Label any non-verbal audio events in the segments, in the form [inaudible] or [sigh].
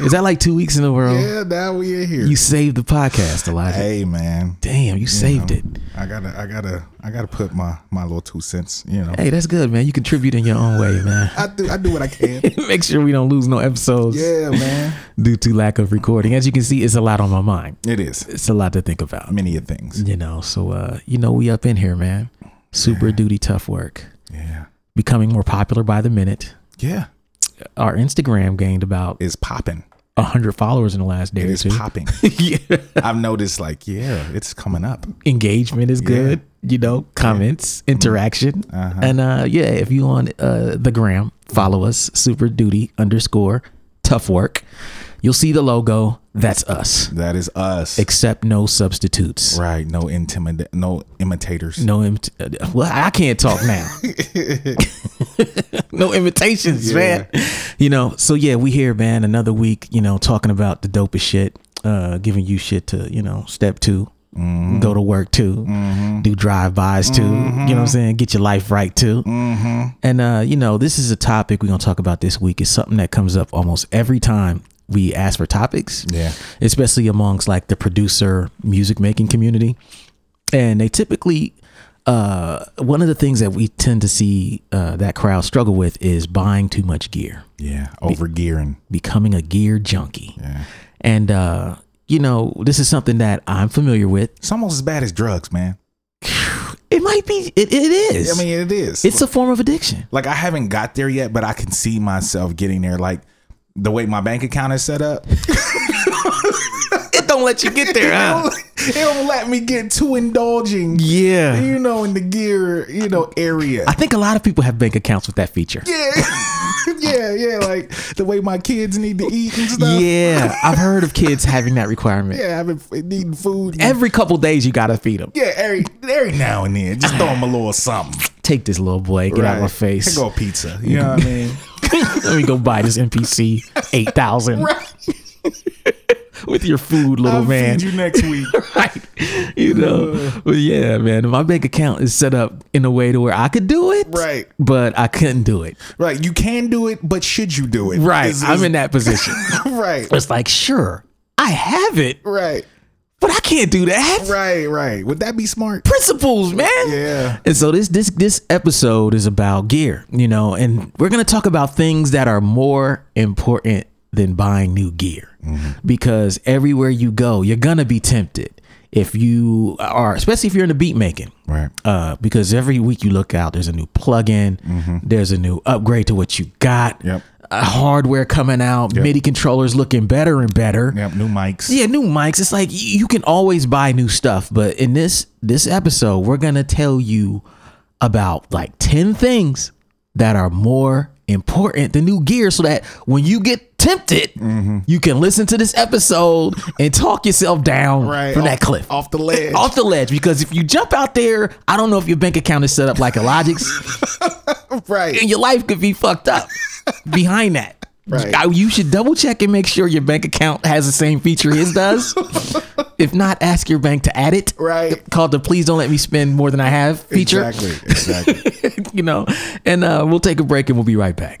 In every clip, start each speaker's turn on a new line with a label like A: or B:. A: Is that like two weeks in a row?
B: yeah, now we in here.
A: You saved the podcast, Elijah.
B: hey man,
A: Damn, you saved it.
B: I gotta, I gotta, I gotta put my my little two cents. You know,
A: Hey, that's good, man. You contribute in your own way, man. [laughs]
B: I do, I do what I can.
A: Make sure we don't lose no episodes
B: yeah, man,
A: due to lack of recording. As you can see, it's a lot on my mind.
B: it is
A: It's a lot to think about.
B: many of things.
A: You know, so uh, you know, we up in here, man. Super duty tough work.
B: Yeah,
A: Becoming more popular by the minute.
B: yeah,
A: Our Instagram gained about
B: it's popping.
A: hundred followers in the last day
B: It
A: or
B: is
A: two.
B: popping.
A: [laughs] yeah.
B: I've noticed, like, yeah, it's coming up.
A: engagement is good you know comments interaction and uh yeah if you on uh the gram follow us super duty underscore tough work you'll see the logo that's us
B: That is us.
A: except no substitutes
B: Right. No intimid, no imitators.
A: no imt- uh, well i can't talk now [laughs] no imitations man you know so yeah we here man another week you know talking about the dopest shit uh giving you shit to you know step 2 go to work to do drive-bys to you know what i'm saying get your life right to and uh you know this is a topic we're gonna talk about this week it's something that comes up almost every time we ask for topics
B: Yeah.
A: especially amongst like the producer music making community and they typically uh one of the things that we tend to see uh that crowd struggle with is buying too much gear
B: Yeah. Over gearing.
A: becoming a gear junkie
B: Yeah.
A: and uh you know this is something that i'm familiar with
B: It's almost as bad as drugs, man.
A: it might be it, it is
B: I mean, it is.
A: it's a form of addiction
B: like I haven't got there yet, but I can see myself getting there. Like the way my bank account is set up, it
A: it don't let you get there
B: [laughs]
A: huh?
B: don't- it don't let me get too indulging.
A: Ah. [laughs] yeah
B: You know, in the gear, you know, area.
A: i think a lot of people have bank accounts with that feature
B: Yeah. [laughs] yeah, [laughs] yeah. Like the way my kids need to eat and stuff.
A: yeah i've heard of kids having that requirement
B: Yeah, I've been f- needing food.
A: every couple days you gotta feed them
B: [laughs] yeah, every every now and then, just throw them a little something.
A: take this little boy Ah. get out of my
B: Right.
A: face
B: Here go pizza. You know what I mean?
A: [laughs] Let me go buy this NPC eight thousand
B: [laughs]
A: with your food, little
B: I'll
A: man.
B: feed you next
A: [laughs]
B: week.
A: right, you know. But yeah, man, my bank account is set up in a way to where I could do it,
B: Right.
A: But I couldn't do it,
B: Right. You can do it, but should you do it?
A: right?
B: Is-
A: I'm
B: is-
A: in that position.
B: [laughs] right.
A: it's like, sure, I have it,
B: Right.
A: but I can't do that.
B: Right. Right. Would that be smart?
A: Principles, man.
B: Yeah.
A: And so this this this episode is about gear, you know, and we're gonna talk about things that are more important than buying new gear,
B: Mm-hmm.
A: because everywhere you go, you're gonna be tempted if you are, especially if you're in the beat making.
B: Right.
A: Uh, because every week you look out, there's a new plugin, there's a new upgrade to what you got,
B: Mm-hmm. Yep.
A: uh, hardware coming out, MIDI controllers looking better and better.
B: Yep. New mics.
A: Yeah, new mics. It's like y- you can always buy new stuff, but in this this episode, we're gonna tell you about like ten things that are more important than new gear, so that when you get tempted, you can listen to this episode and talk yourself down
B: Right. Oh,
A: from
B: off,
A: that cliff.
B: Off the ledge.
A: Off the ledge, because if you jump out there, I don't know if your bank account is set up like a Logic's,
B: right.
A: [laughs] and your life could be fucked [laughs] up behind that.
B: Right.
A: I- you should double check and make sure your bank account has the same feature his [laughs] does. if not, ask your bank to add it.
B: Right.
A: Called the please don't let me spend more than I have feature.
B: Exactly. Exactly.
A: [laughs] you know, and uh, we'll take a break and we'll be right back.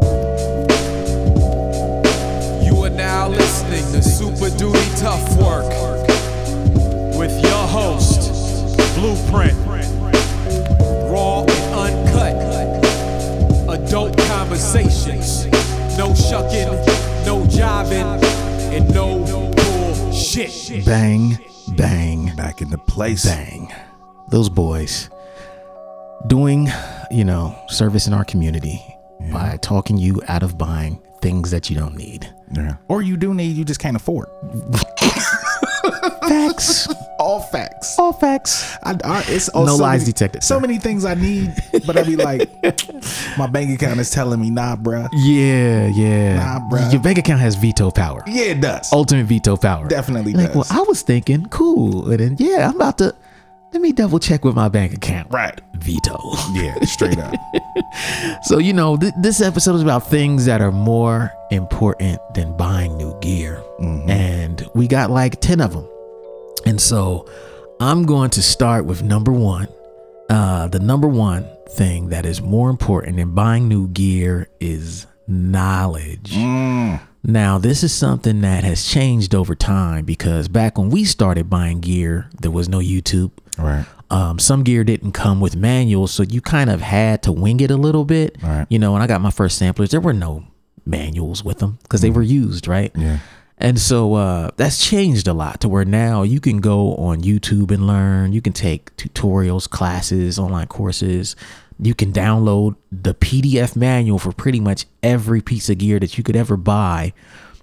C: You are now listening to Super Duty Tough Work with your host, Blueprint. Raw and uncut. Adult conversations. No shucking, no jiving, and no bullshit.
B: shit.
A: Bang, bang,
B: Back into place.
A: bang. Those boys doing, you know, service in our community by talking you out of buying things that you don't need.
B: Yeah. Or you do need, you just can't afford.
A: [laughs] Facts.
B: All facts.
A: All facts.
B: I, I, it's all
A: No lies
B: many-
A: detected,
B: So
A: sir.
B: many things I need, but I be [laughs] like, my bank account is telling me, nah, bruh.
A: Yeah, yeah.
B: Nah, bruh.
A: Your bank account has veto power.
B: Yeah, it does.
A: Ultimate veto power.
B: Definitely
A: Like, well,
B: does.
A: I was thinking, cool. And then, yeah, I'm about to, let me double check with my bank account.
B: right.
A: Veto.
B: Yeah,
A: [laughs]
B: straight up.
A: So, you know, th- this episode is about things that are more important than buying new gear. And we got like 10 of them. And so I'm going to start with number one. Uh, the number one thing that is more important than buying new gear is knowledge. Now, this is something that has changed over time because back when we started buying gear, there was no YouTube.
B: Right.
A: Um, some gear didn't come with manuals, so you kind of had to wing it a little bit.
B: Right.
A: You know, when I got my first samplers, there were no manuals with them because they were used, right?
B: Mm-hmm. Yeah.
A: And so uh, that's changed a lot to where now you can go on YouTube and learn. You can take tutorials, classes, online courses. You can download the PDF manual for pretty much every piece of gear that you could ever buy.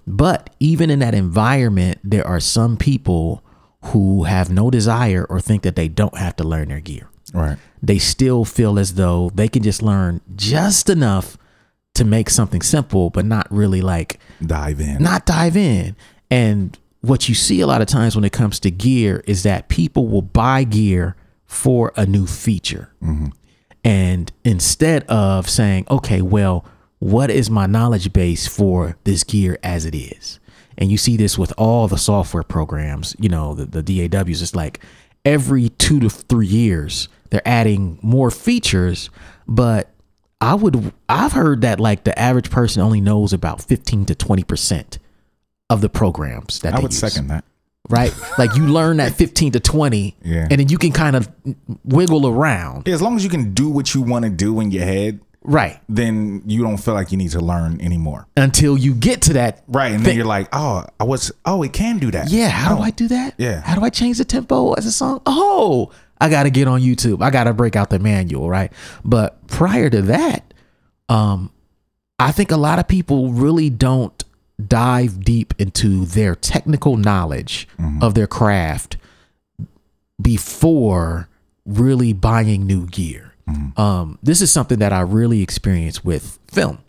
A: But even in that environment, there are some people who have no desire or think that they don't have to learn their gear
B: Right.
A: they still feel as though they can just learn just enough to make something simple, but not really like
B: Dive in.
A: not dive in. And what you see a lot of times when it comes to gear is that people will buy gear for a new feature. And instead of saying, okay, well, what is my knowledge base for this gear as it is? And you see this with all the software programs, you know, the, the DAWs. It's like every two to three years, they're adding more features, but I would I've heard that like the average person only knows about 15 to 20 percent of the programs that
B: I
A: they
B: would
A: use,
B: second that.
A: right? like you learn that 15 to 20
B: [laughs] Yeah.
A: and then you can kind of wiggle around.
B: Yeah, as long as you can do what you want to do in your head,
A: Right.
B: then you don't feel like you need to learn anymore.
A: Until you get to that
B: Right. And
A: Thi-
B: then you're like, oh, I was, oh, it can do that.
A: Yeah, how do
B: Oh,
A: I do that?
B: Yeah.
A: How do I change the tempo as a song? Oh, I got to get on YouTube. I got to break out the manual, right? But prior to that, um I think a lot of people really don't dive deep into their technical knowledge
B: Mm-hmm.
A: of their craft before really buying new gear.
B: Mm-hmm.
A: Um, this is something that I really experienced with film.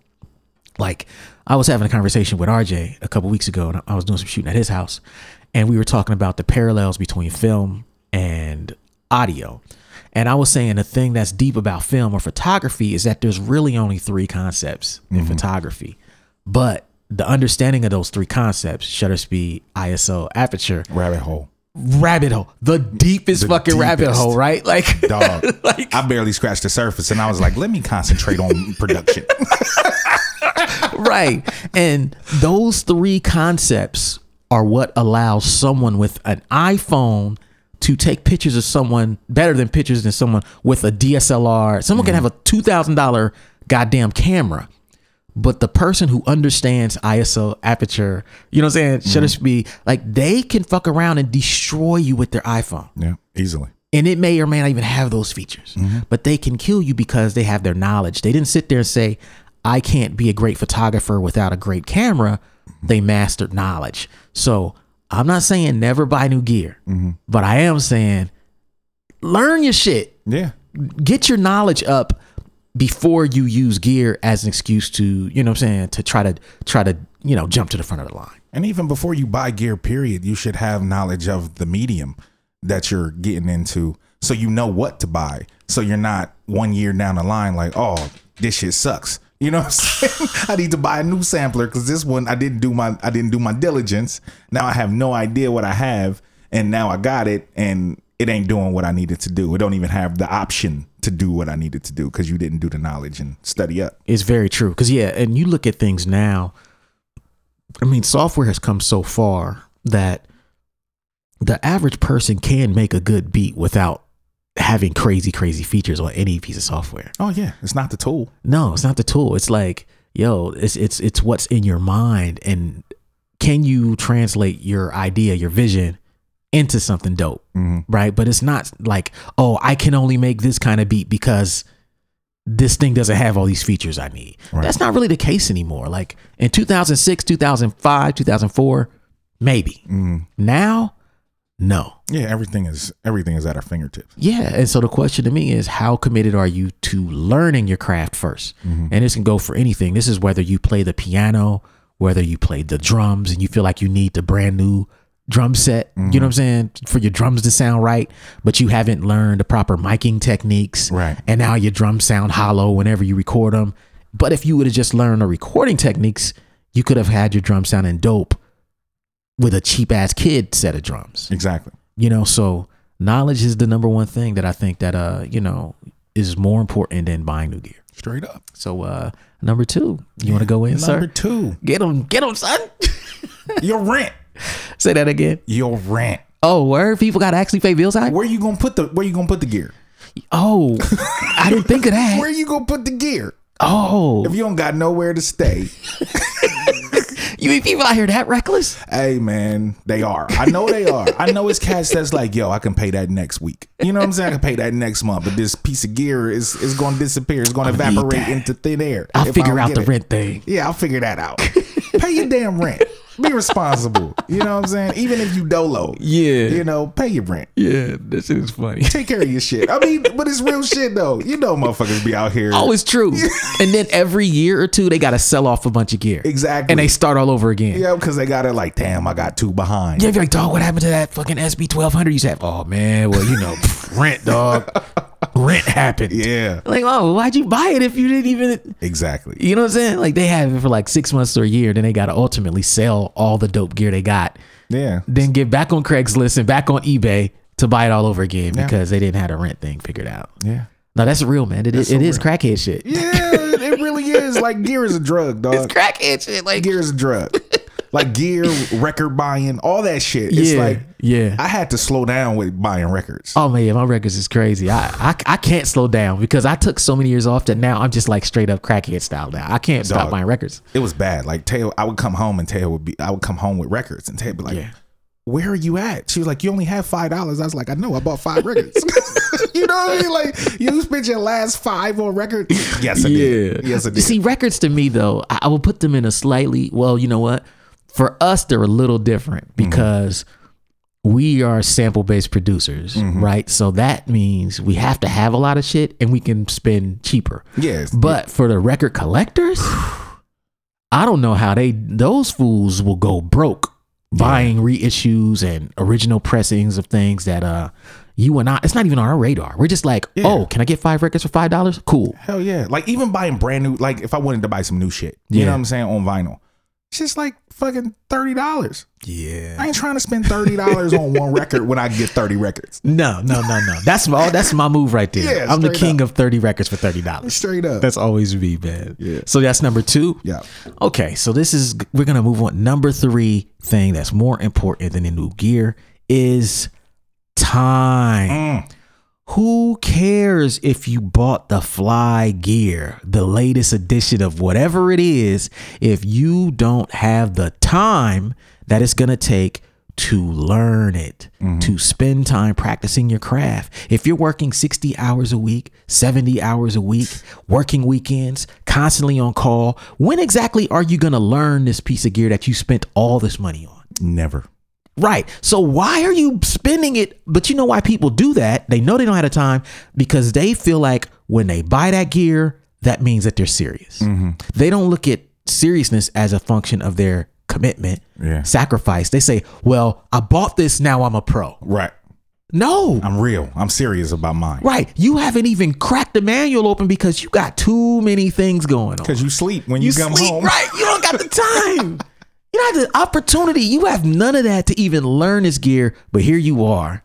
A: Like, I was having a conversation with RJ a couple weeks ago, and I- I was doing some shooting at his house, and we were talking about the parallels between film and audio. And I was saying the thing that's deep about film or photography is that there's really only three concepts in photography, but the understanding of those three concepts shutter speed, ISO, aperture
B: Rabbit hole.
A: rabbit hole, the deepest fucking rabbit
B: deepest.
A: hole, right? [laughs] Like,
B: Dog.
A: like
B: I barely scratched the surface and I was like, let me concentrate on production.
A: [laughs] right. And those three concepts are what allows someone with an iPhone to take pictures of someone better than pictures than someone with a DSLR. Someone can have a two thousand dollar goddamn camera. But the person who understands ISO, aperture, you know what I'm saying, shutter speed, like they can fuck around and destroy you with their iPhone.
B: [laughs] yeah, easily.
A: and it may or may not even have those features but they can kill you because they have their knowledge they didn't sit there and say i can't be a great photographer without a great camera they mastered knowledge so i'm not saying never buy new gear but i am saying learn your shit
B: Yeah.
A: get your knowledge up before you use gear as an excuse to you know what i'm saying to try to try to you know jump to the front of the line
B: And even before you buy gear, period, you should have knowledge of the medium that you're getting into so you know what to buy. So you're not one year down the line like, oh, this shit sucks. You know what I'm [laughs] saying? I need to buy a new sampler because this one I didn't do my I didn't do my diligence. Now I have no idea what I have, and now I got it, and it ain't doing what I needed to do. It don't even have the option to do what I needed to do because you didn't do the knowledge and study up.
A: It's very true. Because yeah, and you look at things now. I mean, software has come so far that the average person can make a good beat without having crazy, crazy features on any piece of software.
B: Oh yeah, it's not the tool.
A: No, it's not the tool. It's like, yo, it's it's it's what's in your mind and can you translate your idea, your vision into something dope, right? But it's not like, oh, I can only make this kind of beat because this thing doesn't have all these features I need. That's not really the case anymore. Like in 2006, 2005, 2004, maybe. Now, no.
B: Yeah, everything is everything is at our fingertips.
A: Yeah. And so the question to me is how committed are you to learning your craft 1st And this can go for anything. This is whether you play the piano, whether you play the drums and you feel like you need the brand new drum set, you know what I'm saying, for your drums to sound right, but you haven't learned the proper miking techniques.
B: Right.
A: And now your drums sound hollow whenever you record them. But if you would have just learned the recording techniques, you could have had your drum sounding dope with a cheap ass kid set of drums
B: Exactly.
A: you know so knowledge is the number one thing that i think that uh you know is more important than buying new gear
B: Straight up.
A: so uh number two you want to go in sir
B: Number two,
A: get him get him son [laughs]
B: your rent.
A: say that again
B: Your rent.
A: oh word people gotta actually pay bills I,
B: Where you gonna put the where you gonna put the gear?
A: oh i didn't think of that
B: Where you gonna put the gear?
A: oh
B: If you don't got nowhere to stay,
A: you mean people out here that reckless
B: hey man, they are. I know they are. I know it's cats that's like, yo, I can pay that next week. You know what I'm saying? I can pay that next month, but this piece of gear is is gonna disappear. It's gonna
A: need
B: evaporate
A: that.
B: into thin air.
A: i'll
B: if I
A: figure
B: don't
A: out
B: get
A: the
B: it.
A: rent thing
B: Yeah, I'll figure that out. pay your damn rent. Be responsible. You know what I'm saying? Even if you dolo.
A: Yeah.
B: You know, pay your rent.
A: yeah this is funny [laughs]
B: Take care of your shit. I mean, but it's real shit though. You know motherfuckers be out here.
A: Oh, it's [laughs] true. and then every year or two, they got to sell off a bunch of gear.
B: Exactly.
A: And
B: [laughs]
A: they start all over again.
B: Yeah, because they got it like, damn, I got two behind.
A: Yeah, if you're like, dog, what happened to that fucking SB 1200 you used to have? Oh, man, well, you know, [laughs] rent, dog. Rent happened.
B: Yeah,
A: Like, oh, why'd you buy it if you didn't even,
B: exactly.
A: you know what I'm saying? Like, they have it for like six months or a year, then they got to ultimately sell all the dope gear they got,
B: Yeah.
A: then get back on Craigslist and back on eBay to buy it all over again because they didn't have the rent thing figured out.
B: Yeah.
A: No, that's real, man. It, it is crackhead shit.
B: Yeah, it really is. Like, gear is a drug, dog.
A: It's crackhead shit. Like,
B: gear is a drug. Like, gear, record buying, all that shit. It's
A: Yeah,
B: like,
A: yeah.
B: I had to slow down with buying records.
A: Oh man, yeah, my records is crazy. I, I I can't slow down because I took so many years off that now I'm just like straight up crackhead style now. I can't stop
B: Dog.
A: buying records.
B: It was bad. Like, Taylor, I would come home and Taylor would be, I would come home with records and Taylor would be like,
A: Yeah.
B: where are you at? She was like, you only have $5. I was like, I know, I bought five records. [laughs] you know what I mean? Like, you spent your last five on records? Yes, I did. Yes, I
A: You
B: did.
A: see, records to me though, I, I will put them in a slightly well, you know what? For us, they're a little different because we are sample based producers, right? So that means we have to have a lot of shit and we can spend cheaper.
B: yes.
A: But for the record collectors, [sighs] I don't know how they those fools will go broke buying reissues and original pressings of things that uh you and I it's not even on our radar. We're just like,
B: Yeah.
A: oh, can I get five records for five dollars? Cool.
B: Hell yeah. Like even buying brand new, like if I wanted to buy some new shit, you
A: Yeah.
B: know what I'm saying, on vinyl. It's just like fucking thirty dollars.
A: Yeah.
B: I ain't trying to spend thirty [laughs] dollars on one record when I get thirty records.
A: No, no, no, no. That's my that's my move right there.
B: Yeah,
A: I'm the
B: straight
A: king of thirty records for thirty dollars.
B: Straight up.
A: That's always me, man. Yeah. So that's number two.
B: yeah.
A: Okay, so this is we're gonna move on. Number three thing that's more important than the new gear is time.
B: Mm.
A: Who cares if you bought the fly gear, the latest edition of whatever it is, if you don't have the time that it's gonna take to learn it, to spend time practicing your craft. If you're working 60 hours a week, 70 hours a week, working weekends, constantly on call, when exactly are you going to learn this piece of gear that you spent all this money on?
B: Never.
A: Right. So why are you spending it? But you know why people do that? They know they don't have the time because they feel like when they buy that gear, that means that they're serious. They don't look at seriousness as a function of their commitment,
B: Yeah.
A: sacrifice. They say, "Well, I bought this, now I'm a pro."
B: Right.
A: No.
B: I'm real. I'm serious about mine.
A: Right. You haven't even cracked the manual open because you got too many things going on.
B: Cause you sleep when you,
A: You
B: come
A: sleep,
B: home.
A: right? You don't got the time. you don't have the opportunity. You have none of that to even learn this gear. But here you are,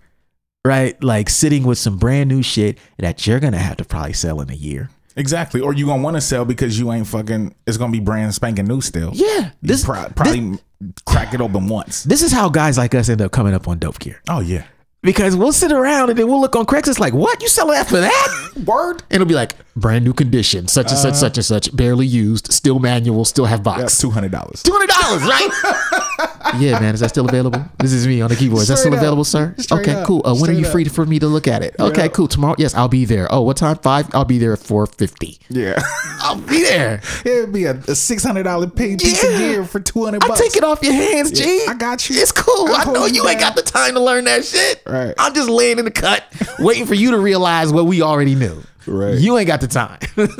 A: right? Like sitting with some brand new shit that you're gonna have to probably sell in a year.
B: Exactly. Or you gonna want to sell because you ain't fucking. It's gonna be brand spanking new still.
A: Yeah.
B: You
A: This
B: pro-
A: this,
B: probably crack it open once.
A: this is how guys like us end up coming up on dope gear
B: Oh yeah.
A: because we'll sit around and then we'll look on Craigslist like, "What you selling that for that?"
B: Word.
A: And it'll be like brand new condition, such and such, such and such, barely used, still manual, still have box.
B: That's two hundred dollars.
A: two hundred dollars, right? [laughs] yeah, man. Is that still available? This is me on the keyboard. Is that
B: Straight
A: still
B: up.
A: available, sir?
B: Straight
A: okay,
B: up.
A: cool. Uh, when
B: Straight
A: are you
B: up.
A: free to- for me to look at it? Okay,
B: Yeah.
A: cool. Tomorrow? Yes, I'll be there. Oh, what time? Five? I'll be there at four fifty.
B: Yeah. [laughs]
A: I'll be there.
B: It'd be a, a six hundred dollar paid piece of
A: Yeah.
B: gear for two hundred
A: I'll
B: bucks.
A: take it off your hands, G.
B: I got you.
A: It's cool.
B: I'll
A: i know
B: hold you
A: you ain't
B: down.
A: got the time to learn that shit.
B: Right.
A: I'm just laying in the cut, waiting for you to realize what we already knew.
B: Right.
A: You ain't got the time.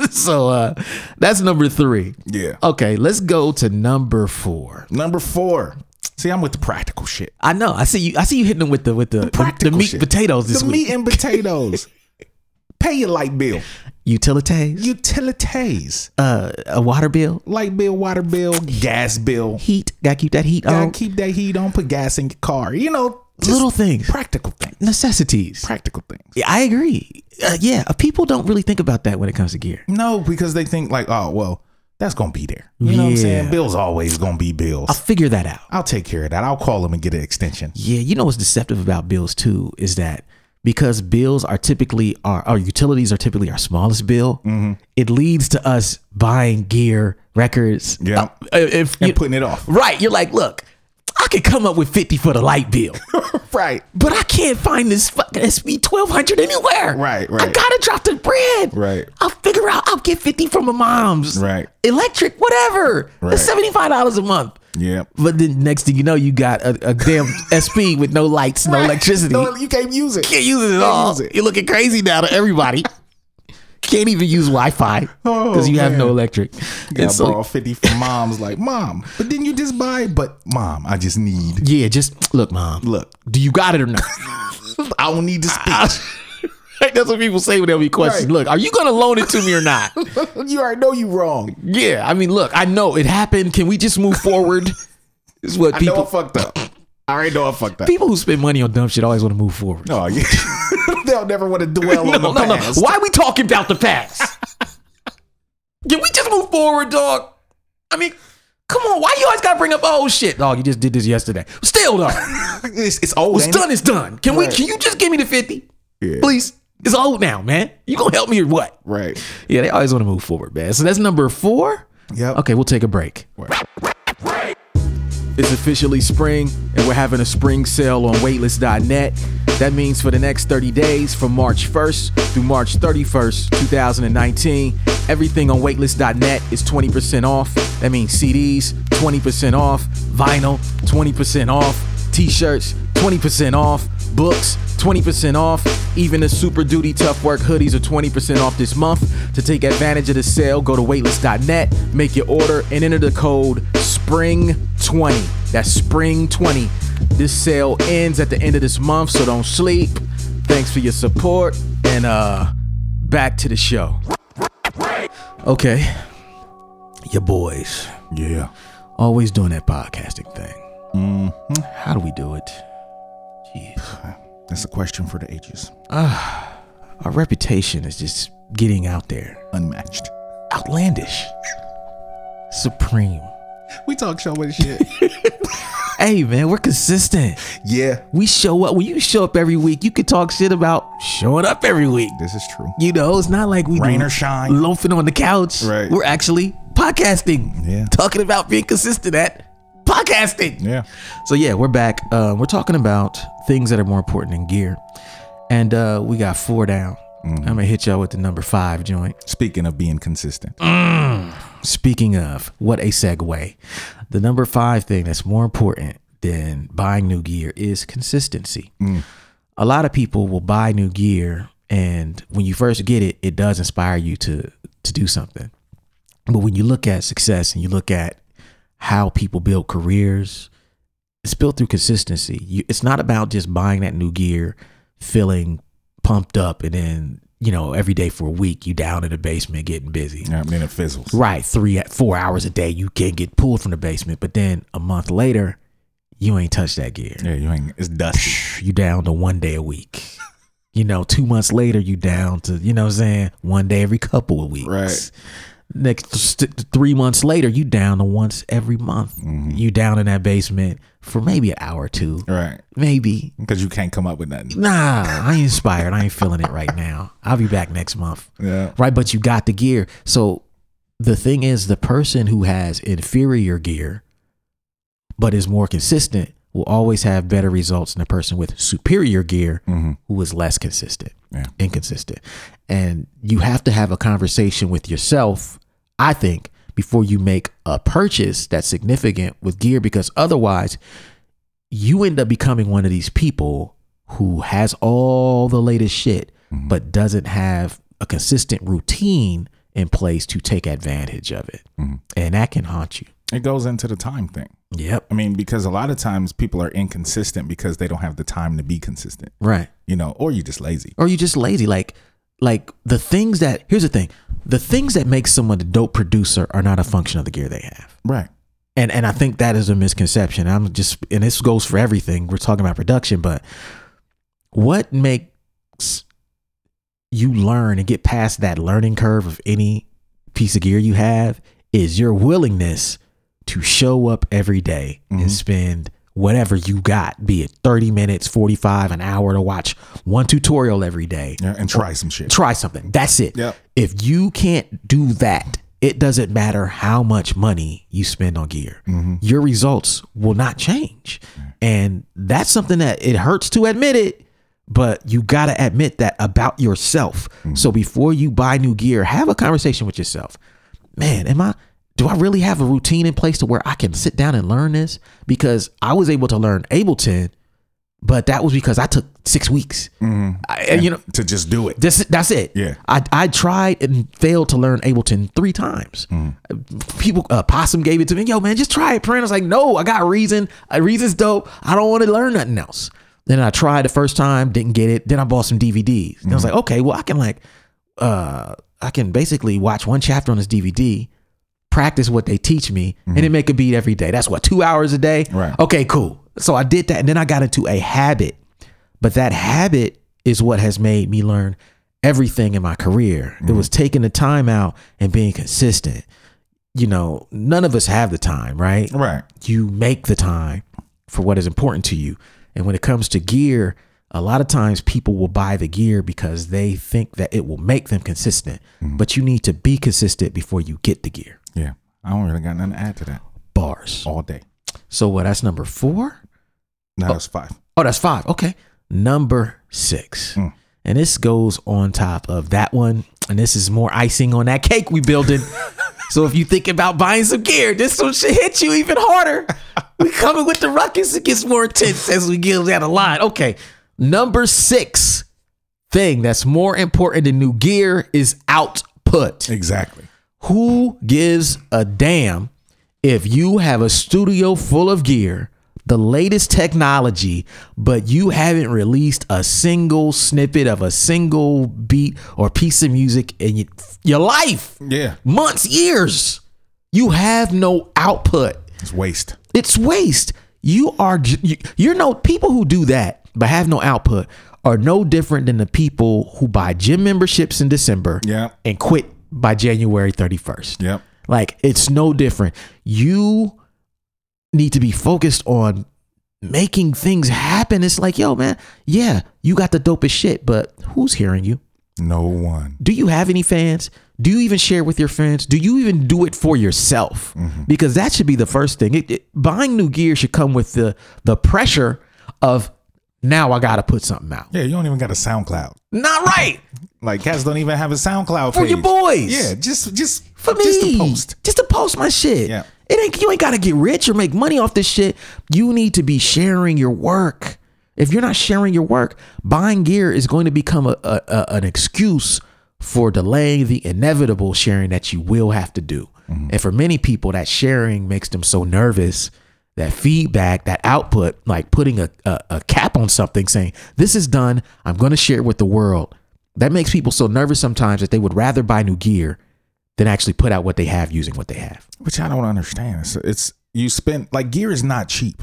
A: [laughs] so uh that's number three.
B: Yeah.
A: Okay, let's go to number four.
B: Number four. See, I'm with the practical shit.
A: I know. I see you I see you hitting them with the with the, the, the
B: Practical
A: meat
B: shit.
A: potatoes this
B: the
A: week.
B: meat
A: [laughs]
B: and potatoes. Pay your light bill.
A: Utilities,
B: Utilities.
A: uh a water bill,
B: Light bill, water bill, gas bill.
A: heat, gotta keep that heat
B: Gotta
A: on.
B: keep that heat on, put gas in your car. You know, just
A: Little things.
B: Practical things.
A: Necessities.
B: Practical things.
A: I agree. Uh, yeah, uh, people don't really think about that when it comes to gear.
B: No, because they think like, oh well, that's gonna be there. You know what I'm
A: Yeah.
B: saying? Bills always gonna be bills.
A: I'll figure that out.
B: I'll take care of that. I'll call them and get an extension.
A: Yeah, you know what's deceptive about bills too is that because bills are typically our, our utilities are typically our smallest bill,
B: Mm-hmm.
A: it leads to us buying gear, records.
B: Yeah.
A: Uh, if
B: And
A: you-
B: putting it off.
A: right, you're like, look, I could come up with fifty for the light bill,
B: [laughs] Right.
A: but I can't find this fucking SB twelve hundred anywhere.
B: Right,
A: I
B: right.
A: gotta drop the bread.
B: Right.
A: I'll figure out. I'll get fifty from my mom's.
B: Right.
A: Electric, whatever.
B: Right.
A: That's seventy five dollars a month.
B: Yeah.
A: But then next thing you know, you got a, a damn [laughs] SP with no lights, no electricity.
B: No, you can't use it.
A: can't use it at all.
B: use it.
A: You're looking crazy now to everybody. [laughs] can't even use Wi-Fi because
B: Oh,
A: you have no
B: man.
A: electric.
B: Yeah,
A: And so-
B: I borrow 50 from mom's like, Mom, but didn't you just buy? But mom, I just need.
A: yeah, just look, mom.
B: Look,
A: do you got it or not?
B: I don't need
A: [laughs]
B: to speak.
A: That's what people say when they be questioned.
B: Right.
A: Look, are you going to loan it to me or not?
B: [laughs] you already know you wrong.
A: yeah, I mean, look, I know it happened. Can we just move forward? is what
B: I know I
A: people
B: fucked up. I already know I fucked
A: [laughs]
B: up.
A: people who spend money on dumb shit always want to move
B: [laughs]
A: forward.
B: No, you, they'll never want to [laughs] dwell on
A: no,
B: the
A: no, no.
B: past.
A: Why are we talking about the past? [laughs] Can we just move forward, dog? I mean, come on. Why you always gotta bring up old shit, dog? You just did this yesterday. Still,
B: [laughs]
A: dog.
B: It's, it's old.
A: What's
B: ain't it?
A: done is done. Can we?
B: Right.
A: Can you just give me the fifty,
B: Yeah.
A: please? It's old now, man. You gonna help me or what?
B: Right.
A: Yeah, they always want to move forward, man. So that's number four.
B: Yep.
A: Okay, we'll take a break.
C: It's officially spring, and we're having a spring sale on weightless.net. That means for the next 30 days, from March 1st through March 31st, 2019, everything on weightless.net is 20% off. That means CDs, 20% off, vinyl, 20% off, t shirts, 20% off, books, 20% off. Even the Super Duty Tough Work hoodies are 20% off this month. To take advantage of the sale, go to weightless.net, make your order, and enter the code SPRING20. That's SPRING20. This sale ends at the end of this month, so don't sleep. Thanks for your support, and uh, back to the show.
A: Okay, your boys
B: Yeah.
A: always doing that podcasting thing. How do we do it? Jeez.
B: That's a question for the ages.
A: our reputation is just getting out there.
B: Unmatched.
A: Outlandish. Supreme.
B: We talk so much shit.
A: Hey man, we're consistent.
B: [laughs] yeah.
A: We show up. When you show up every week, you can talk shit about showing up every week.
B: This is true.
A: You know, it's not like we
B: Rain
A: do
B: or shine.
A: loafing on the couch.
B: Right.
A: We're actually podcasting.
B: Yeah.
A: Talking about being consistent at podcasting.
B: Yeah.
A: So yeah, we're back. Uh, we're talking about things that are more important than gear, and uh, we got four down. I'm gonna hit y'all with the number five joint.
B: Speaking of being consistent.
A: Speaking of, what a segue. The number five thing that's more important than buying new gear is consistency. A lot of people will buy new gear, and when you first get it, it does inspire you to to do something. But when you look at success and you look at how people build careers, it's built through consistency. You, it's not about just buying that new gear, feeling pumped up, and then you know every day for a week you down in the basement getting busy.
B: Yeah, and then it fizzles.
A: Right, three four hours a day you can get pulled from the basement, but then a month later, you ain't touched that gear.
B: Yeah, you ain't. It's dusty.
A: You down to one day a week. [laughs] You know, two months later, you down to you know what I'm saying one day every couple of weeks.
B: Right.
A: Next st- three months later, you down to once every month. You down in that basement for maybe an hour or two,
B: Right.
A: maybe.
B: Because you can't come up with nothing.
A: Nah, I ain't inspired. I ain't feeling it right now. I'll be back next month
B: Yeah.
A: right? But you got the gear. So the thing is, the person who has inferior gear but is more consistent will always have better results than a person with superior gear who is less consistent,
B: Yeah.
A: inconsistent. And you have to have a conversation with yourself, I think, before you make a purchase that's significant with gear, because otherwise you end up becoming one of these people who has all the latest shit, but doesn't have a consistent routine in place to take advantage of it. And that can haunt you.
B: It goes into the time thing.
A: Yep.
B: I mean, because a lot of times people are inconsistent because they don't have the time to be consistent,
A: Right.
B: you know, or you're just lazy.
A: or you just lazy like like the things that here's the thing the things that make someone a dope producer are not a function of the gear they have
B: Right.
A: and and i think that is a misconception i'm just and this goes for everything we're talking about production but what makes you learn and get past that learning curve of any piece of gear you have is your willingness to show up every day and spend whatever you got be it 30 minutes 45 an hour to watch one tutorial every day
B: Yeah, and try some shit.
A: try something. That's it.
B: Yep.
A: If you can't do that, it doesn't matter how much money you spend on gear. Your results will not change. And that's something that it hurts to admit it, but you got to admit that about yourself. So before you buy new gear, have a conversation with yourself. Man, am I do I really have a routine in place to where I can sit down and learn this? Because I was able to learn Ableton, but that was because I took 6 weeks. I- and you know,
B: to just do it.
A: that's that's it.
B: Yeah.
A: I I tried and failed to learn Ableton three times.
B: Mm.
A: People, uh, Possum gave it to me. Yo, man, just try it. Print. I was like, no, I got reason. Uh, Reason's dope. I don't want to learn nothing else. Then I tried the first time, didn't get it. Then I bought some DVDs. And I was
B: Mm-hmm.
A: like, okay, well, I can like, uh, I can basically watch one chapter on this DVD, practice what they teach me, and then make a beat every day. That's what two hours a day.
B: Mm-hmm. Right.
A: Okay, cool. So I did that, and then I got into a habit. But that habit is what has made me learn everything in my career. It was taking the time out and being consistent. You know, none of us have the time, right?
B: Right.
A: You make the time for what is important to you. And when it comes to gear, a lot of times people will buy the gear because they think that it will make them consistent. But you need to be consistent before you get the gear.
B: Yeah. I don't really got nothing to add to that
A: Bars.
B: all day.
A: So, what, that's number four?
B: No, that's five.
A: Oh, that's five. Okay. Number six.
B: Mm.
A: And this goes on top of that one. And this is more icing on that cake we building. so if you think about buying some gear, this one should hit you even harder. we coming with the ruckus. It gets more intense as we get down the line. Okay. Number six thing that's more important than new gear is output.
B: Exactly.
A: Who gives a damn if you have a studio full of gear, the latest technology, but you haven't released a single snippet of a single beat or piece of music in y- your life?
B: Yeah.
A: Months, years. You have no output.
B: It's waste.
A: It's waste. You are j- you- you're no people who do that but have no output are no different than the people who buy gym memberships in December
B: Yeah.
A: and quit by January 31st.
B: Yep.
A: Like it's no different. You need to be focused on making things happen. It's like, yo, man, yeah, you got the dopest shit, but who's hearing you?
B: No one.
A: Do you have any fans? Do you even share with your friends? Do you even do it for yourself? Because that should be the first thing. It, it- buying new gear should come with the the pressure of now I gotta put something out.
B: Yeah, you don't even got a SoundCloud.
A: Not right
B: Like cats don't even have a SoundCloud
A: for
B: page.
A: your boys.
B: Yeah, just just
A: for me.
B: Just a post.
A: Just to post my shit.
B: Yeah.
A: It ain't you ain't gotta get rich or make money off this shit. You need to be sharing your work. If you're not sharing your work, buying gear is going to become a, a- a- an excuse for delaying the inevitable sharing that you will have to do.
B: Mm-hmm.
A: And for many people, that sharing makes them so nervous that feedback, that output, like putting a, a, a cap on something, saying, This is done. I'm going to share it with the world. That makes people so nervous sometimes that they would rather buy new gear than actually put out what they have using what they have.
B: Which I don't understand. It's, it's you spend like gear is not cheap.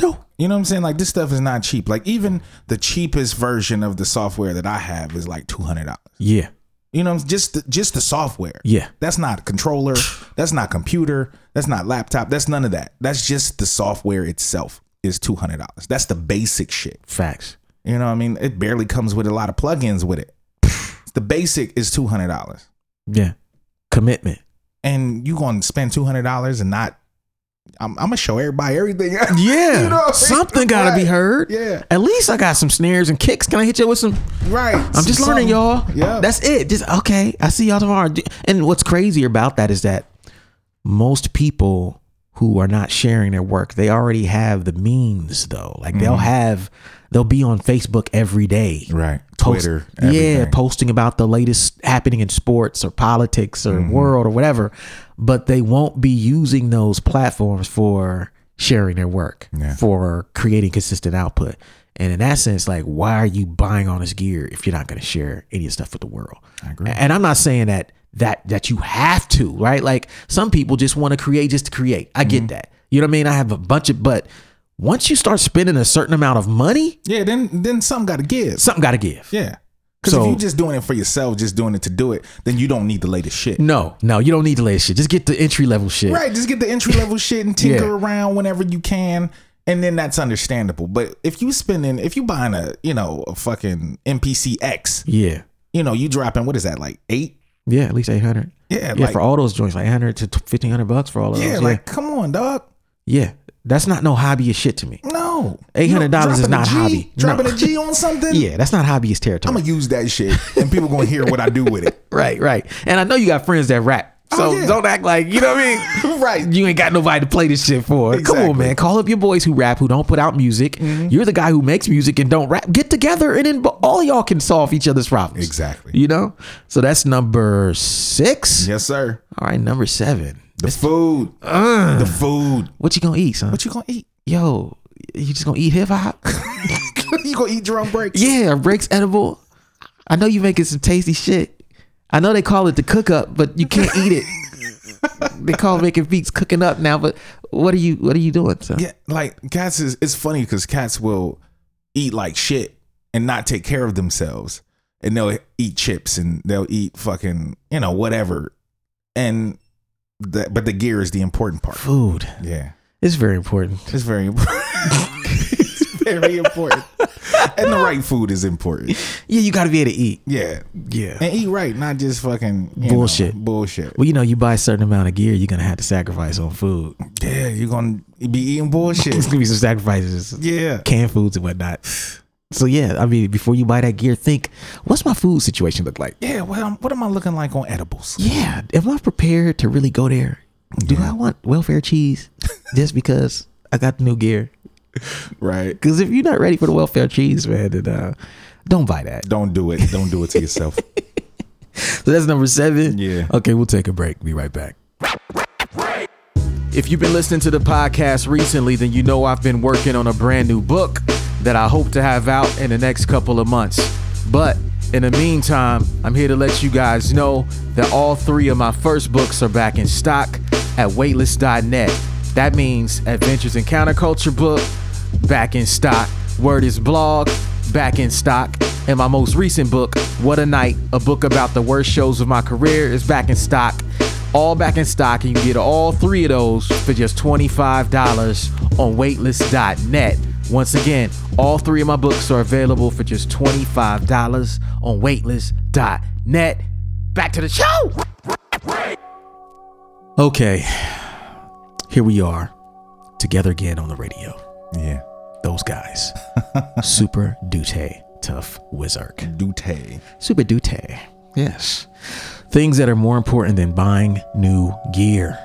A: No.
B: You know what I'm saying? Like this stuff is not cheap. Like even the cheapest version of the software that I have is like two hundred dollars.
A: Yeah.
B: You know, just the, just the software.
A: Yeah.
B: that's
A: [sighs]
B: not controller. That's not computer. That's not laptop. That's none of that. That's just the software itself is two hundred dollars. That's the basic shit.
A: Facts.
B: You know, what I mean, it barely comes with a lot of plugins with it. The basic is two hundred dollars,
A: Yeah. Commitment.
B: and you gonna spend two hundred dollars and not I'm, I'm gonna show everybody everything. [laughs] Yeah,
A: Yeah, something gotta be heard.
B: Yeah.
A: at least I got some snares and kicks. Can I hit you with some?
B: Right.
A: I'm just learning, y'all.
B: Yeah.
A: that's it. Just okay. I see y'all tomorrow. And what's crazy about that is that most people who are not sharing their work, they already have the means though. Like they'll have, they'll be on Facebook every day,
B: right.
A: Post-
B: Twitter.
A: yeah,
B: everything.
A: posting about the latest happening in sports or politics or
B: Mm-hmm.
A: world or whatever, but they won't be using those platforms for sharing their work,
B: Yeah.
A: for creating consistent output. And in that sense, like, why are you buying all this gear if you're not going to share any of the stuff with the world? I
B: agree.
A: And I'm not saying that that that you have to, right? Like some people just want to create just to create. I
B: Mm-hmm.
A: get that. You know what I mean? I have a bunch of, but once you start spending a certain amount of money,
B: yeah. Then then something got to give.
A: something got to give.
B: Yeah. Because
A: So-
B: if you're just doing it for yourself, just doing it to do it, then you don't need the latest shit.
A: No, no, you don't need the latest shit. Just get the entry level shit.
B: Right. Just get the entry
A: [laughs]
B: level shit and tinker
A: Yeah.
B: around whenever you can. And then that's understandable. But if you spending, if you buying a, you know, a fucking MPC X,
A: Yeah.
B: you know, you dropping, what is that, like eight?
A: Yeah, at least 800.
B: Yeah.
A: Yeah,
B: like,
A: for all those joints, like 800 to 1500 bucks for all of
B: yeah,
A: those. Yeah.
B: like, come on, dog.
A: yeah. That's not no hobbyist shit to me.
B: No.
A: $800 is
B: Dropping a
A: not
B: G-
A: hobby. No.
B: Dropping a [laughs] G on something?
A: Yeah, that's not hobbyist territory.
B: I'm going to use that shit and people going to hear what I do with it.
A: right, right. And I know you got friends that rap. So
B: Oh, yeah.
A: don't act like, you know what I mean?
B: [laughs] Right. [laughs]
A: You ain't got nobody to play this shit for. Come on,
B: Exactly. Mm-hmm.
A: man. Call up your boys who rap, who don't put out music. You're the guy who makes music and don't rap. Get together and then all y'all can solve each other's problems.
B: Exactly.
A: You know? So that's number six.
B: Yes, sir.
A: All right, number seven.
B: The food. the food.
A: What you gonna eat, son?
B: Uh. What you going to eat?
A: Yo, you just gonna eat hip hop?
B: [laughs] you going to eat drum breaks?
A: yeah, are breaks edible. I know you making some tasty shit. I know they call it the cook up, but you can't eat it. they call making beats cooking up now, but what are you what are you doing, son?
B: Yeah, like cats is it's funny because cats will eat like shit and not take care of themselves, and they'll eat chips and they'll eat fucking you know whatever, and that but the gear is the important part.
A: Food.
B: Yeah,
A: It's very important.
B: it's very important. it's [laughs] very important, and the right food is important.
A: Yeah, you gotta be able to eat.
B: Yeah,
A: Yeah.
B: and eat right, not just fucking you know,
A: Bullshit.
B: bullshit.
A: Well, you know, you buy a certain amount of gear, you're gonna have to sacrifice on food.
B: Yeah, you're gonna be eating bullshit.
A: There's [laughs] gonna be some sacrifices.
B: Yeah,
A: Canned foods and whatnot. So yeah, I mean, before you buy that gear, think, what's my food situation look like?
B: yeah. What, am- what am I looking like on edibles?
A: yeah, am I prepared to really go there? Do I want welfare cheese just because I got the new gear?
B: Right.
A: Because if you're not ready for the welfare cheese, man, then uh, don't buy that. [laughs]
B: Don't do it. Don't do it to [laughs] yourself.
A: So that's number seven.
B: Yeah.
A: Okay, we'll take a break. Be right back. If you've been listening to the podcast recently, then you know I've been working on a brand new book that I hope to have out in the next couple of months. But in the meantime, I'm here to let you guys know that all three of my first books are back in stock at weightless.net. That means Adventures in Counterculture book, back in stock. Word is blog, back in stock. And my most recent book, What a Night, a book about the worst shows of my career, is back in stock. All back in stock, and you can get all three of those for just $25 on waitlist.net. Once again, all three of my books are available for just $25 on waitlist.net. Back to the show! Okay, here we are, together again on the radio
B: Yeah.
A: those guys. Super Dute Tough Wizard.
B: Dute.
A: Super Dute. Yes. Things that are more important than buying new gear.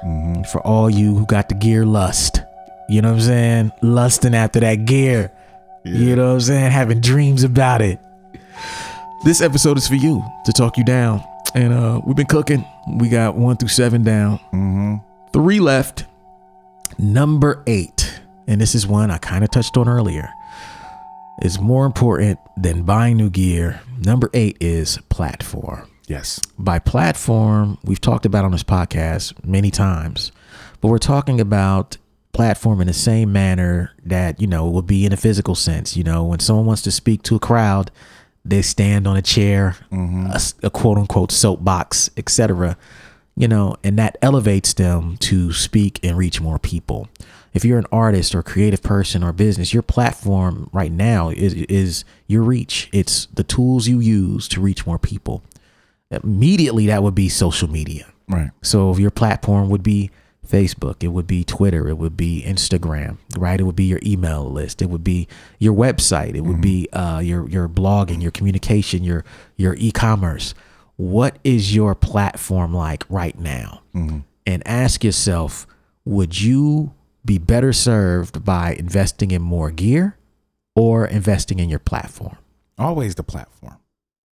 A: For all you who got the gear lust. You know what I'm saying? Lusting after that gear. You know what I'm saying? Having dreams about it. This episode is for you to talk you down. And uh, we've been cooking. We got one through seven down.
B: Mm-hmm.
A: Three left. Number eight, and this is one I kind of touched on earlier, is more important than buying new gear. Number eight is platform.
B: Yes.
A: By platform, we've talked about on this podcast many times, but we're talking about platform in the same manner that, you know, would be in a physical sense. You know, when someone wants to speak to a crowd, they stand on a chair, a s a a quote unquote soapbox, etc you know, and that elevates them to speak and reach more people. If you're an artist or creative person or business, your platform right now is, is your reach. It's the tools you use to reach more people. Immediately, that would be social media.
B: Right.
A: So if your platform would be Facebook, it would be Twitter, it would be Instagram, right? It would be your email list, it would be your website, it would be uh, your your blogging, your communication, your your e-commerce. What is your platform like right now? And ask yourself, would you be better served by investing in more gear or investing in your platform?
B: Always the platform.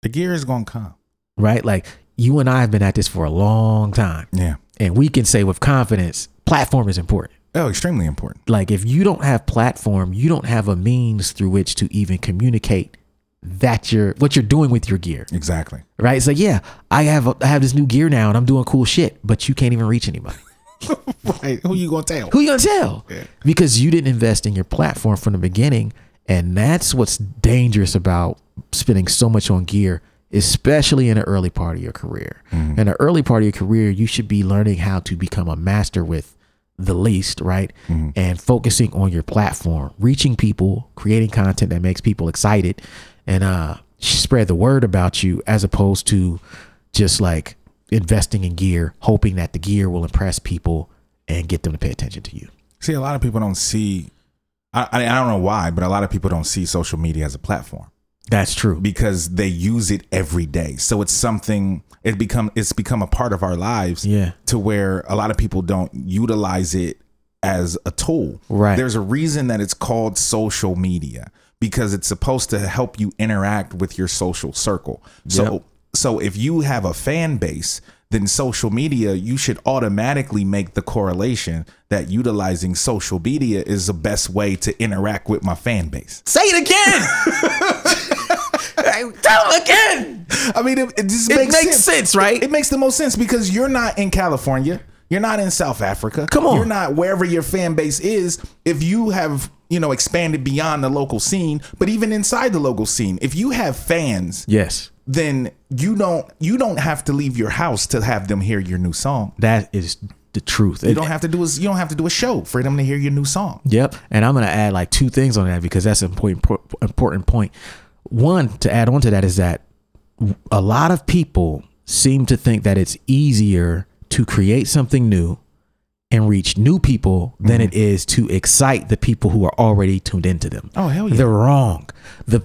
B: The gear is gonna come.
A: Right? Like you and I have been at this for a long time.
B: Yeah.
A: And we can say with confidence, platform is important.
B: Oh, extremely important.
A: Like if you don't have platform, you don't have a means through which to even communicate that you're what you're doing with your gear.
B: Exactly.
A: Right? It's like, yeah, I have a, I have this new gear now and I'm doing cool shit, but you can't even reach anybody.
B: Right. Who you gonna tell?
A: Who you gonna tell? Because you didn't invest in your platform from the beginning, and that's what's dangerous about spending so much on gear, especially in the early part of your career. In the early part of your career, you should be learning how to become a master with the least, right? And focusing on your platform, reaching people, creating content that makes people excited, and uh, spread the word about you, as opposed to just like investing in gear, hoping that the gear will impress people and get them to pay attention to you.
B: See, a lot of people don't see. I, I I don't know why, but a lot of people don't see social media as a platform
A: That's true.
B: because they use it every day. So it's something it become it's become a part of our lives.
A: Yeah.
B: To where a lot of people don't utilize it as a tool.
A: Right.
B: There's a reason that it's called social media because it's supposed to help you interact with your social circle. So so if you have a fan base, then social media you should automatically make the correlation that utilizing social media is the best way to interact with my fan base.
A: Say it
B: [laughs]
A: again. Like, Tell them again.
B: I mean, it, it just
A: It
B: makes,
A: makes sense, right?
B: It makes the most sense because you're not in California. You're not in South Africa.
A: Come on.
B: You're not wherever your fan base is. If you have, you know, expanded beyond the local scene, but even inside the local scene, if you have fans,
A: Yes,
B: then you don't you don't have to leave your house to have them hear your new song.
A: that is the truth.
B: You don't have to do a, you don't have to do a show for them to hear your new song.
A: Yep. And I'm going to add like two things on that because that's an important po- important point. One to add on to that is that a lot of people seem to think that it's easier to create something new and reach new people
B: Mm-hmm.
A: than it is to excite the people who are already tuned into them.
B: Oh, hell yeah.
A: They're wrong. The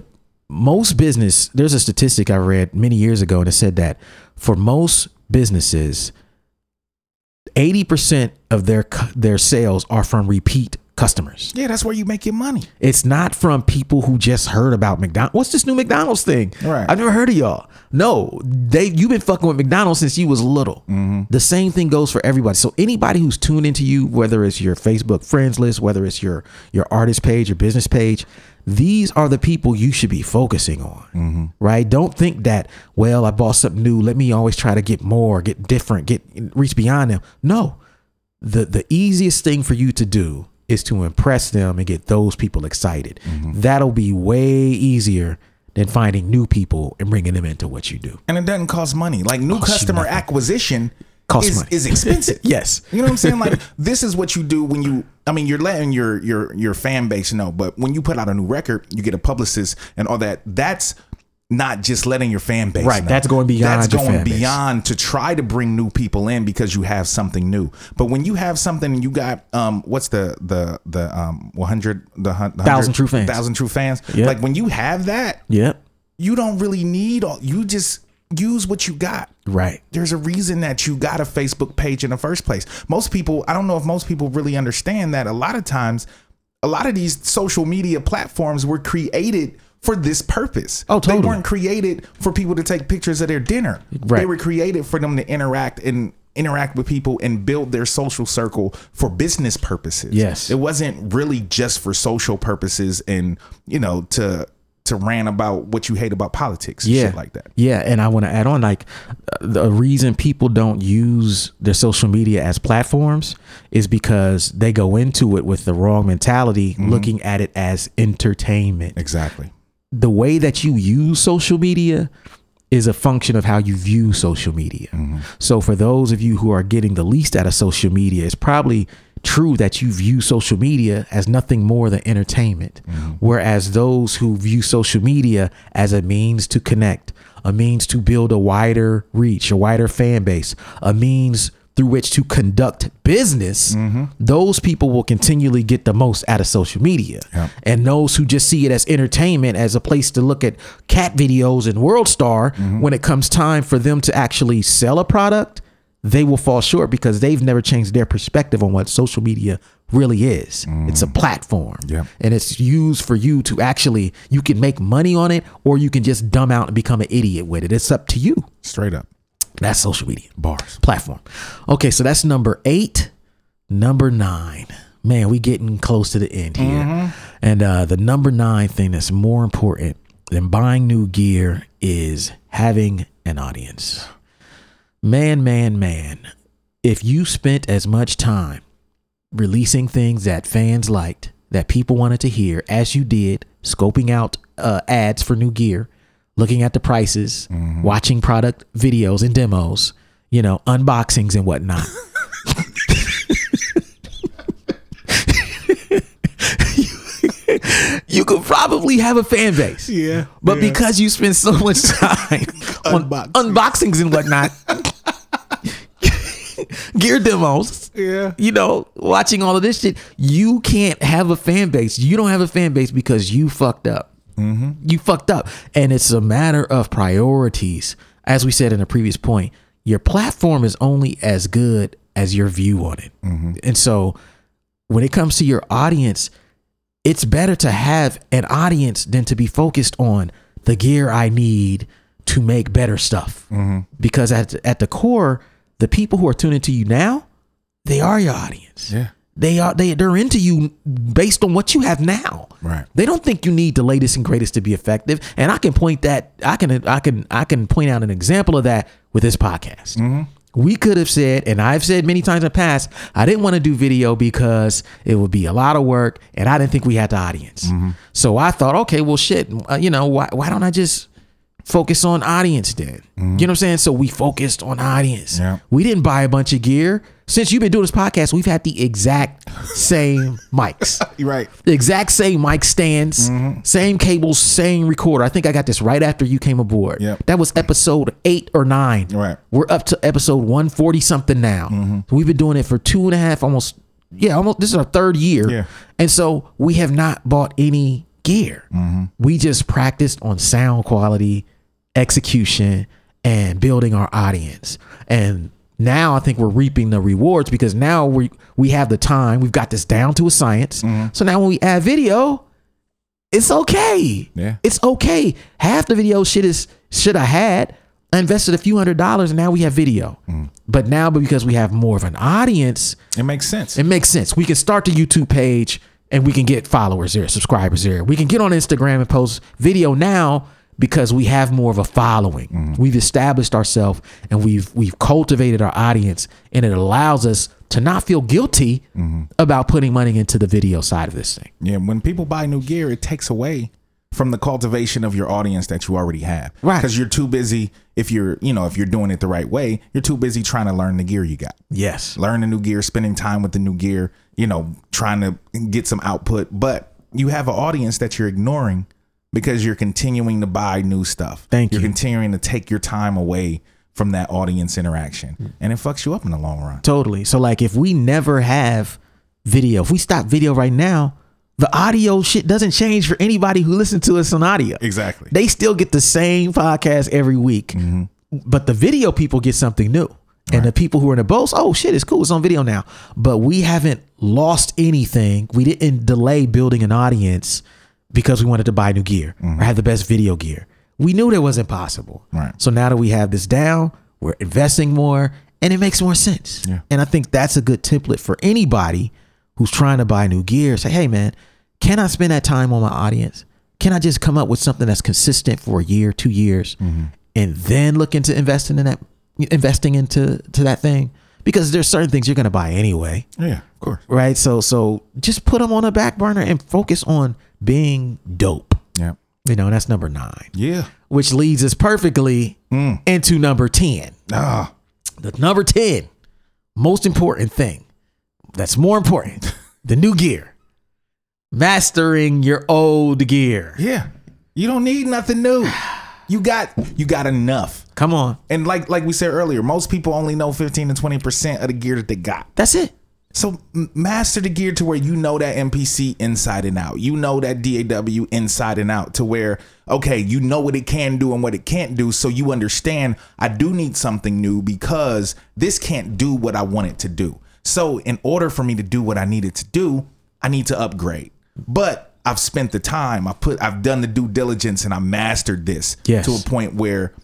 A: most business there's a statistic I read many years ago and it said that for most businesses 80% of their cu- their sales are from repeat customers.
B: Yeah, that's where you make your money.
A: It's not from people who just heard about McDonald's. What's this new McDonald's thing?
B: Right.
A: I've never heard of y'all. No, they you've been fucking with McDonald's since you was little. The same thing goes for everybody. So anybody who's tuned into you, whether it's your Facebook friends list, whether it's your your artist page, your business page, these are the people you should be focusing on. Right? Don't think that, well, I bought something new. Let me always try to get more, get different, get reach beyond them. No the the easiest thing for you to do is to impress them and get those people excited.
B: Mm-hmm.
A: That'll be way easier than finding new people and bringing them into what you do.
B: and it doesn't cost money. Like new customer acquisition
A: Costs
B: is,
A: money. [laughs]
B: is expensive.
A: Yes.
B: You know what I'm saying? Like this is what you do when you I mean you're letting your your your fan base know, but when you put out a new record, you get a publicist and all that. That's not just letting your fan base
A: Right,
B: know.
A: that's going beyond
B: that's
A: your
B: going
A: fan base.
B: beyond to try to bring new people in because you have something new but when you have something and you got um what's the the the um 100 the hun- the 100
A: Thousand true fans.
B: thousand true fans
A: Yep.
B: like when you have that
A: Yep.
B: you don't really need all you just use what you got
A: Right.
B: there's a reason that you got a Facebook page in the first place. Most people, I don't know if most people really understand that a lot of times, a lot of these social media platforms were created for this purpose.
A: Oh,
B: They
A: totally.
B: weren't created for people to take pictures of their dinner. They
A: Right.
B: were created for them to interact and interact with people and build their social circle for business purposes.
A: Yes.
B: It wasn't really just for social purposes and, you know, to to rant about what you hate about politics and shit like that.
A: Yeah, and I want to add on like uh, the reason people don't use their social media as platforms is because they go into it with the wrong mentality,
B: Mm-hmm.
A: looking at it as entertainment.
B: Exactly.
A: the way that you use social media is a function of how you view social media. So for those of you who are getting the least out of social media, it's probably true that you view social media as nothing more than entertainment. Whereas those who view social media as a means to connect, a means to build a wider reach, a wider fan base, a means through which to conduct business, those people will continually get the most out of social media. And those who just see it as entertainment, as a place to look at cat videos and World Star, when it comes time for them to actually sell a product, they will fall short because they've never changed their perspective on what social media really is. It's a platform.
B: Yep.
A: And it's used for you to actually you can make money on it or you can just dumb out and become an idiot with it. It's up to you.
B: Straight up.
A: That's social media
B: Bars.
A: platform. Okay, so that's number eight. Number nine. Man, we getting close to the end here. And uh, the number nine thing that's more important than buying new gear is having an audience. Man, man, man. If you spent as much time releasing things that fans liked, that people wanted to hear, as you did, scoping out uh, ads for new gear, looking at the prices,
B: Mm-hmm.
A: watching product videos and demos, you know, unboxings and whatnot. [laughs] you could probably have a fan base.
B: Yeah,
A: But
B: yeah.
A: because you spend so much [laughs] time on
B: Unboxing.
A: unboxings and whatnot, [laughs] gear demos,
B: Yeah.
A: you know, watching all of this shit, you can't have a fan base. You don't have a fan base because you fucked up. You fucked up. And it's a matter of priorities. As we said in a previous point, your platform is only as good as your view on it. And so when it comes to your audience, it's better to have an audience than to be focused on the gear I need to make better stuff.
B: Mm-hmm.
A: Because at, at the core, the people who are tuning to you now, they are your audience.
B: Yeah.
A: They are they they're into you based on what you have now.
B: Right.
A: They don't think you need the latest and greatest to be effective. And I can point that I can I can I can point out an example of that with this podcast. We could have said, and I've said many times in the past, I didn't want to do video because it would be a lot of work, and I didn't think we had the audience. So I thought, okay, well, shit, uh, you know, why why don't I just focus on audience then? You know what I'm saying? So we focused on audience.
B: Yeah.
A: We didn't buy a bunch of gear. Since you've been doing this podcast, we've had the exact [laughs] same mics.
B: You're right.
A: The exact same mic stands,
B: Mm-hmm.
A: same cables, same recorder. I think I got this right after you came aboard.
B: Yep.
A: That was episode eight or nine.
B: Right.
A: We're up to episode 140 something now. We've been doing it for two and a half, almost, yeah, almost, this is our third year.
B: Yeah.
A: And so we have not bought any gear. We just practiced on sound quality, execution, and building our audience. And now I think we're reaping the rewards because now we we have the time. We've got this down to a science. So now when we add video, it's okay.
B: Yeah.
A: It's okay. Half the video shit is shit I had. I invested a few hundred dollars and now we have video. But now because we have more of an audience,
B: It makes sense.
A: it makes sense. We can start the YouTube page and we can get followers there, subscribers there. We can get on Instagram and post video now because we have more of a following. We've established ourselves and we've we've cultivated our audience and it allows us to not feel guilty about putting money into the video side of this thing.
B: Yeah, when people buy new gear, it takes away from the cultivation of your audience that you already have.
A: Right.
B: Because you're too busy if you're, you know, if you're doing it the right way, you're too busy trying to learn the gear you got.
A: Yes.
B: Learn the new gear, spending time with the new gear, you know, trying to get some output. But you have an audience that you're ignoring because you're continuing to buy new stuff.
A: Thank
B: You're
A: you.
B: continuing to take your time away from that audience
A: Mm.
B: interaction. And it fucks you up in the long run.
A: Totally. So like if we never have video, if we stop video right now, the audio shit doesn't change for anybody who listens to us on audio.
B: Exactly. Mm-hmm.
A: They still get the same podcast every week, but the video people get something new. And the people who are in the boats, oh shit, it's cool, it's on video now. But we haven't lost anything. We didn't delay building an audience because we wanted to buy new gear or have the best video gear. We knew that wasn't possible.
B: Mm-hmm. Right.
A: So now that we have this down, we're investing more and it makes more sense.
B: Yeah.
A: And I think that's a good template for anybody who's trying to buy new gear. Say, hey, man, can I spend that time on my audience? Can I just come up with something that's consistent for a year, two years, and then look into investing in that, investing into to that thing? Because there's certain things you're going to buy anyway
B: yeah, of course.
A: right? So so just put them on a back burner and focus on being dope.
B: Yeah.
A: You know, and that's number nine,
B: Yeah.
A: which leads us perfectly into number ten.
B: Ah,
A: The number ten most important thing that's more important the new gear, mastering your old gear.
B: yeah. You don't need nothing new. You got you got enough.
A: Come on.
B: And like like we said earlier, most people only know 15 to 20% of the gear that they got.
A: That's it.
B: So m- master the gear to where you know that MPC inside and out. You know that DAW inside and out to where okay, you know what it can do and what it can't do so you understand I do need something new because this can't do what I want it to do. So in order for me to do what I needed to do, I need to upgrade. But I've spent the time, I put I've done the due diligence and I mastered this
A: Yes.
B: to a point where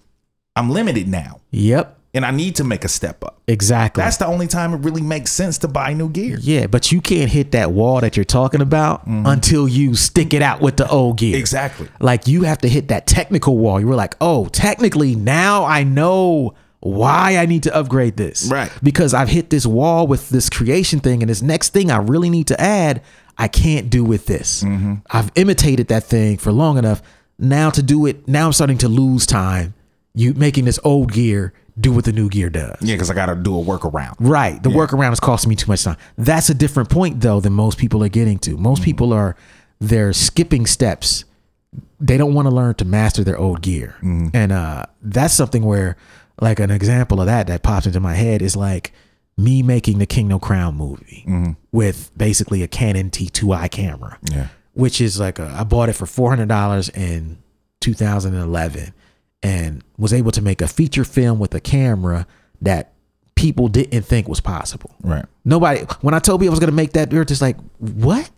B: I'm limited now
A: Yep.
B: and I need to make a step up.
A: Exactly.
B: That's the only time it really makes sense to buy new gear. Mm-hmm.
A: yeah, but you can't hit that wall that you're talking about until you stick it out with the old gear.
B: Exactly.
A: Like you have to hit that technical wall. You were like, oh, technically now I know why I need to upgrade this.
B: Right.
A: Because I've hit this wall with this creation thing and this next thing I really need to add, I can't do with this.
B: Mm-hmm.
A: I've imitated that thing for long enough. Now to do it, now I'm starting to lose time. You making this old gear do what the new gear does.
B: Yeah, because I got to do a workaround. [laughs]
A: Right. The workaround is costing me too much time. That's a different point though than most people are getting to. Most people are they're skipping steps. They don't want to learn to master their old gear.
B: Mm-hmm.
A: And uh that's something where like an example of that that pops into my head is like me making the King No Crown movie with basically a Canon T2i camera.
B: Mm-hmm. Yeah.
A: Which is like a, I bought it for $400 in 2011 and was able to make a feature film with a camera that people didn't think was possible.
B: Right.
A: Nobody, when I told people I was going to make that, they were just like, what?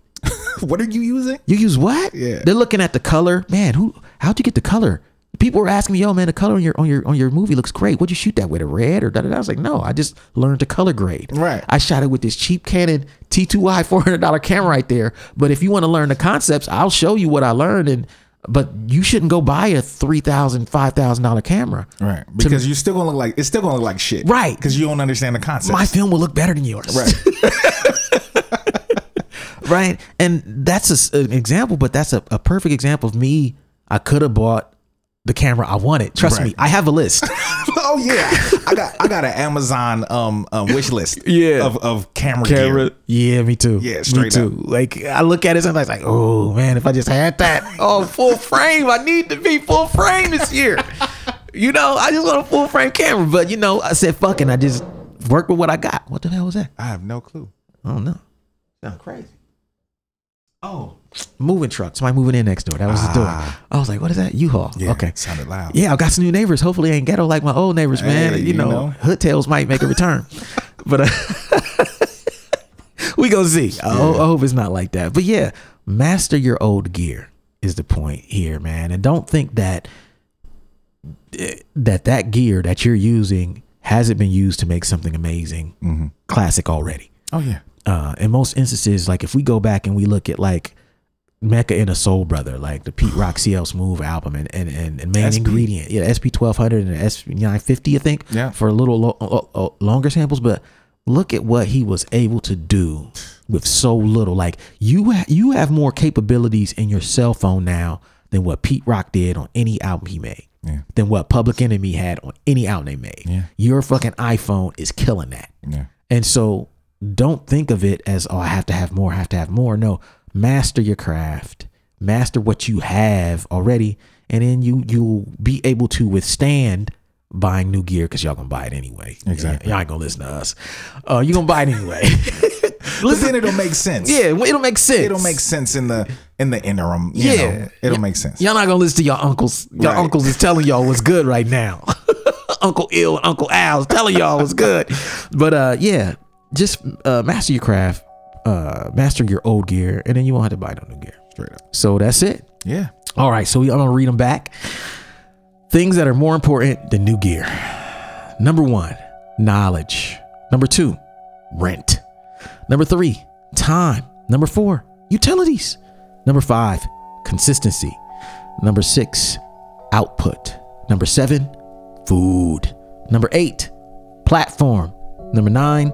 B: What are you using?
A: You use what?
B: Yeah.
A: They're looking at the color. Man, who, how'd you get the color? People were asking me, yo, man, the color on your, on your, on your movie looks great. What'd you shoot that with? A red or da da da? I was like, no, I just learned to color grade.
B: Right.
A: I shot it with this cheap Canon T2i $400 camera right there. But if you want to learn the concepts, I'll show you what I learned. And, but you shouldn't go buy a $3,000, $5,000 camera.
B: Right. Because you're still going to look like, it's still going to look like shit.
A: Right.
B: Because you don't understand the concept.
A: my film will look better than yours.
B: Right.
A: [laughs] right. And that's a s an example, but that's a, a perfect example of me. I could have bought the camera I wanted. Trust
B: Right.
A: me, I have a list.
B: [laughs] oh, yeah. I got I got an Amazon um, um wish list [laughs]
A: Yeah.
B: of, of [laughs] camera, gear.
A: yeah, me too.
B: Yeah, straight
A: me too. Like I look at it sometimes, like, oh man, if I just had
B: [laughs]
A: that, oh full frame. I need to be full frame this year. you know, I just want a full frame camera. But you know, I said, fucking, I just work with what I got. What the hell was that?
B: I have no clue.
A: I don't know. Sound crazy. Oh, Ah. moving truck. Somebody moving in next door. That was the door. I was like, what is that? U-Haul.
B: Yeah,
A: okay.
B: it sounded loud.
A: Yeah, I got some new neighbors. Hopefully, I ain't ghetto like my old neighbors, man.
B: Hey,
A: you,
B: you
A: know,
B: know.
A: hood tails might make a [laughs] return, but uh, [laughs] we gonna see. I, ho- I hope it's not like that. But yeah, master your old gear is the point here, man. And don't think that that that gear that you're using hasn't been used to make something amazing, classic already
B: Oh, yeah.
A: uh, in most instances, like if we go back and we look at like Mecca and a Soul Brother, like the Pete Rock CL Smooth album and and and, and main
B: SP.
A: ingredient, yeah, SP twelve hundred and SP nine fifty, I think,
B: Yeah.
A: for a little lo- o- o- longer samples, but look at what he was able to do with so little. Like you ha- you have more capabilities in your cell phone now than what Pete Rock did on any album he made.
B: Yeah.
A: Than what Public Enemy had on any album they made.
B: Yeah.
A: Your fucking iPhone is killing that.
B: Yeah.
A: And so don't think of it as, oh, I have to have more, I have to have more. No, master your craft, master what you have already, and then you you'll be able to withstand buying new gear because y'all gonna buy it anyway.
B: Exactly.
A: Y'all ain't gonna listen to us. Uh, you gonna buy it anyway. [laughs]
B: But then it'll [laughs] make sense.
A: yeah, well, it'll make sense.
B: It'll make sense in the in the interim. You
A: Yeah.
B: Know, it'll make sense.
A: Y'all not gonna listen to your uncles. Your
B: Right.
A: uncles is telling y'all what's good right now. [laughs] Uncle Ill and Uncle Al's telling y'all what's good. But uh, yeah, just uh, master your craft, uh, master your old gear, and then you won't have to buy no new gear.
B: Straight up.
A: So that's it.
B: Yeah.
A: All right, so we, I'm gonna read them back. Things that are more important than new gear. Number one, knowledge. Number two, rent. Number three, time. Number four, utilities. Number five, consistency. Number six, output. Number seven, food. Number eight, platform. Number nine,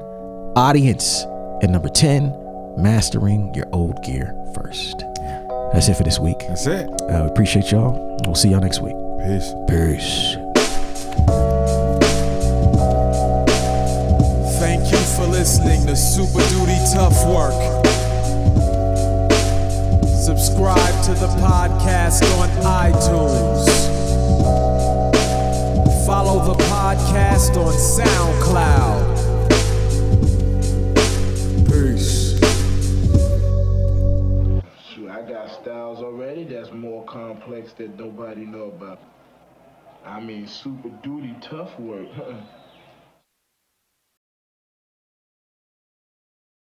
A: audience. And number 10, mastering your old gear first. That's it for this week.
B: That's it.
A: Uh, we appreciate y'all. We'll see y'all next week.
B: Peace.
A: Peace.
C: Thank you for listening to Super Duty Tough Work. Subscribe to the podcast on iTunes. podcast on SoundCloud. Peace.
D: Shoot, I got styles already that's more complex that nobody know about. I mean, super duty tough work. [laughs]